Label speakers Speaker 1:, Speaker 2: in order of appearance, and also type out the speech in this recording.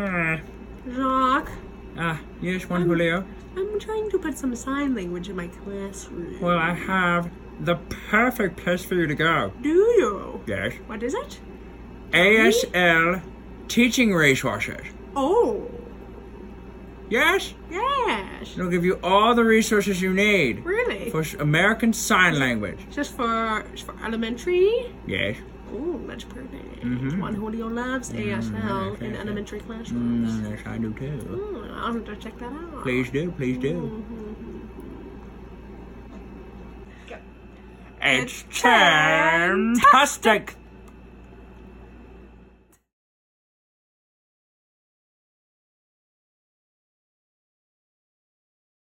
Speaker 1: Alright.
Speaker 2: Jacques,
Speaker 1: Hmm. Ah, yes, Juan Julio.
Speaker 2: I'm trying to put some sign language in my classroom.
Speaker 1: Well, I have the perfect place for you to go.
Speaker 2: Do you?
Speaker 1: Yes.
Speaker 2: What is it?
Speaker 1: ASL teaching resources.
Speaker 2: Oh,
Speaker 1: Yes?
Speaker 2: yes.
Speaker 1: It'll give you all the resources you need
Speaker 2: Really?
Speaker 1: for s- American Sign Language.
Speaker 2: Just for just for elementary?
Speaker 1: Yes.
Speaker 2: Oh, that's perfect.
Speaker 1: Mm-hmm.
Speaker 2: One Julio loves ASL in elementary classrooms.
Speaker 1: Mm, yes, I do too.
Speaker 2: Hmm, I'll have to check that out. Mm-hmm.
Speaker 1: Please do, please do. It's fantastic!